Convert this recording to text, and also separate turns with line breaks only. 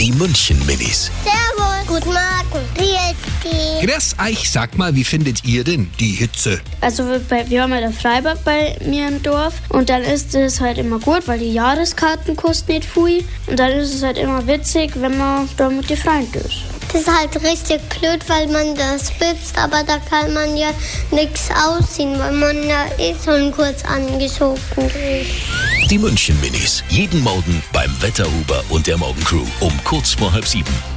Die München Minis.
Servus. Guten Morgen. Wie ist die?
Grüß euch, ah, sag mal, wie findet ihr denn die Hitze?
Also wir, bei- wir haben ja das Freibad bei mir im Dorf und dann ist es halt immer gut, weil die Jahreskarten kosten nicht viel und dann ist es halt immer witzig, wenn man da mit den Freunden ist.
Das ist halt richtig blöd, weil man das schwitzt, aber da kann man ja nichts ausziehen, weil man da eh schon kurz angezogen ist.
Die München Minis. Jeden Morgen beim Wetterhuber und der Morgencrew um kurz vor halb sieben.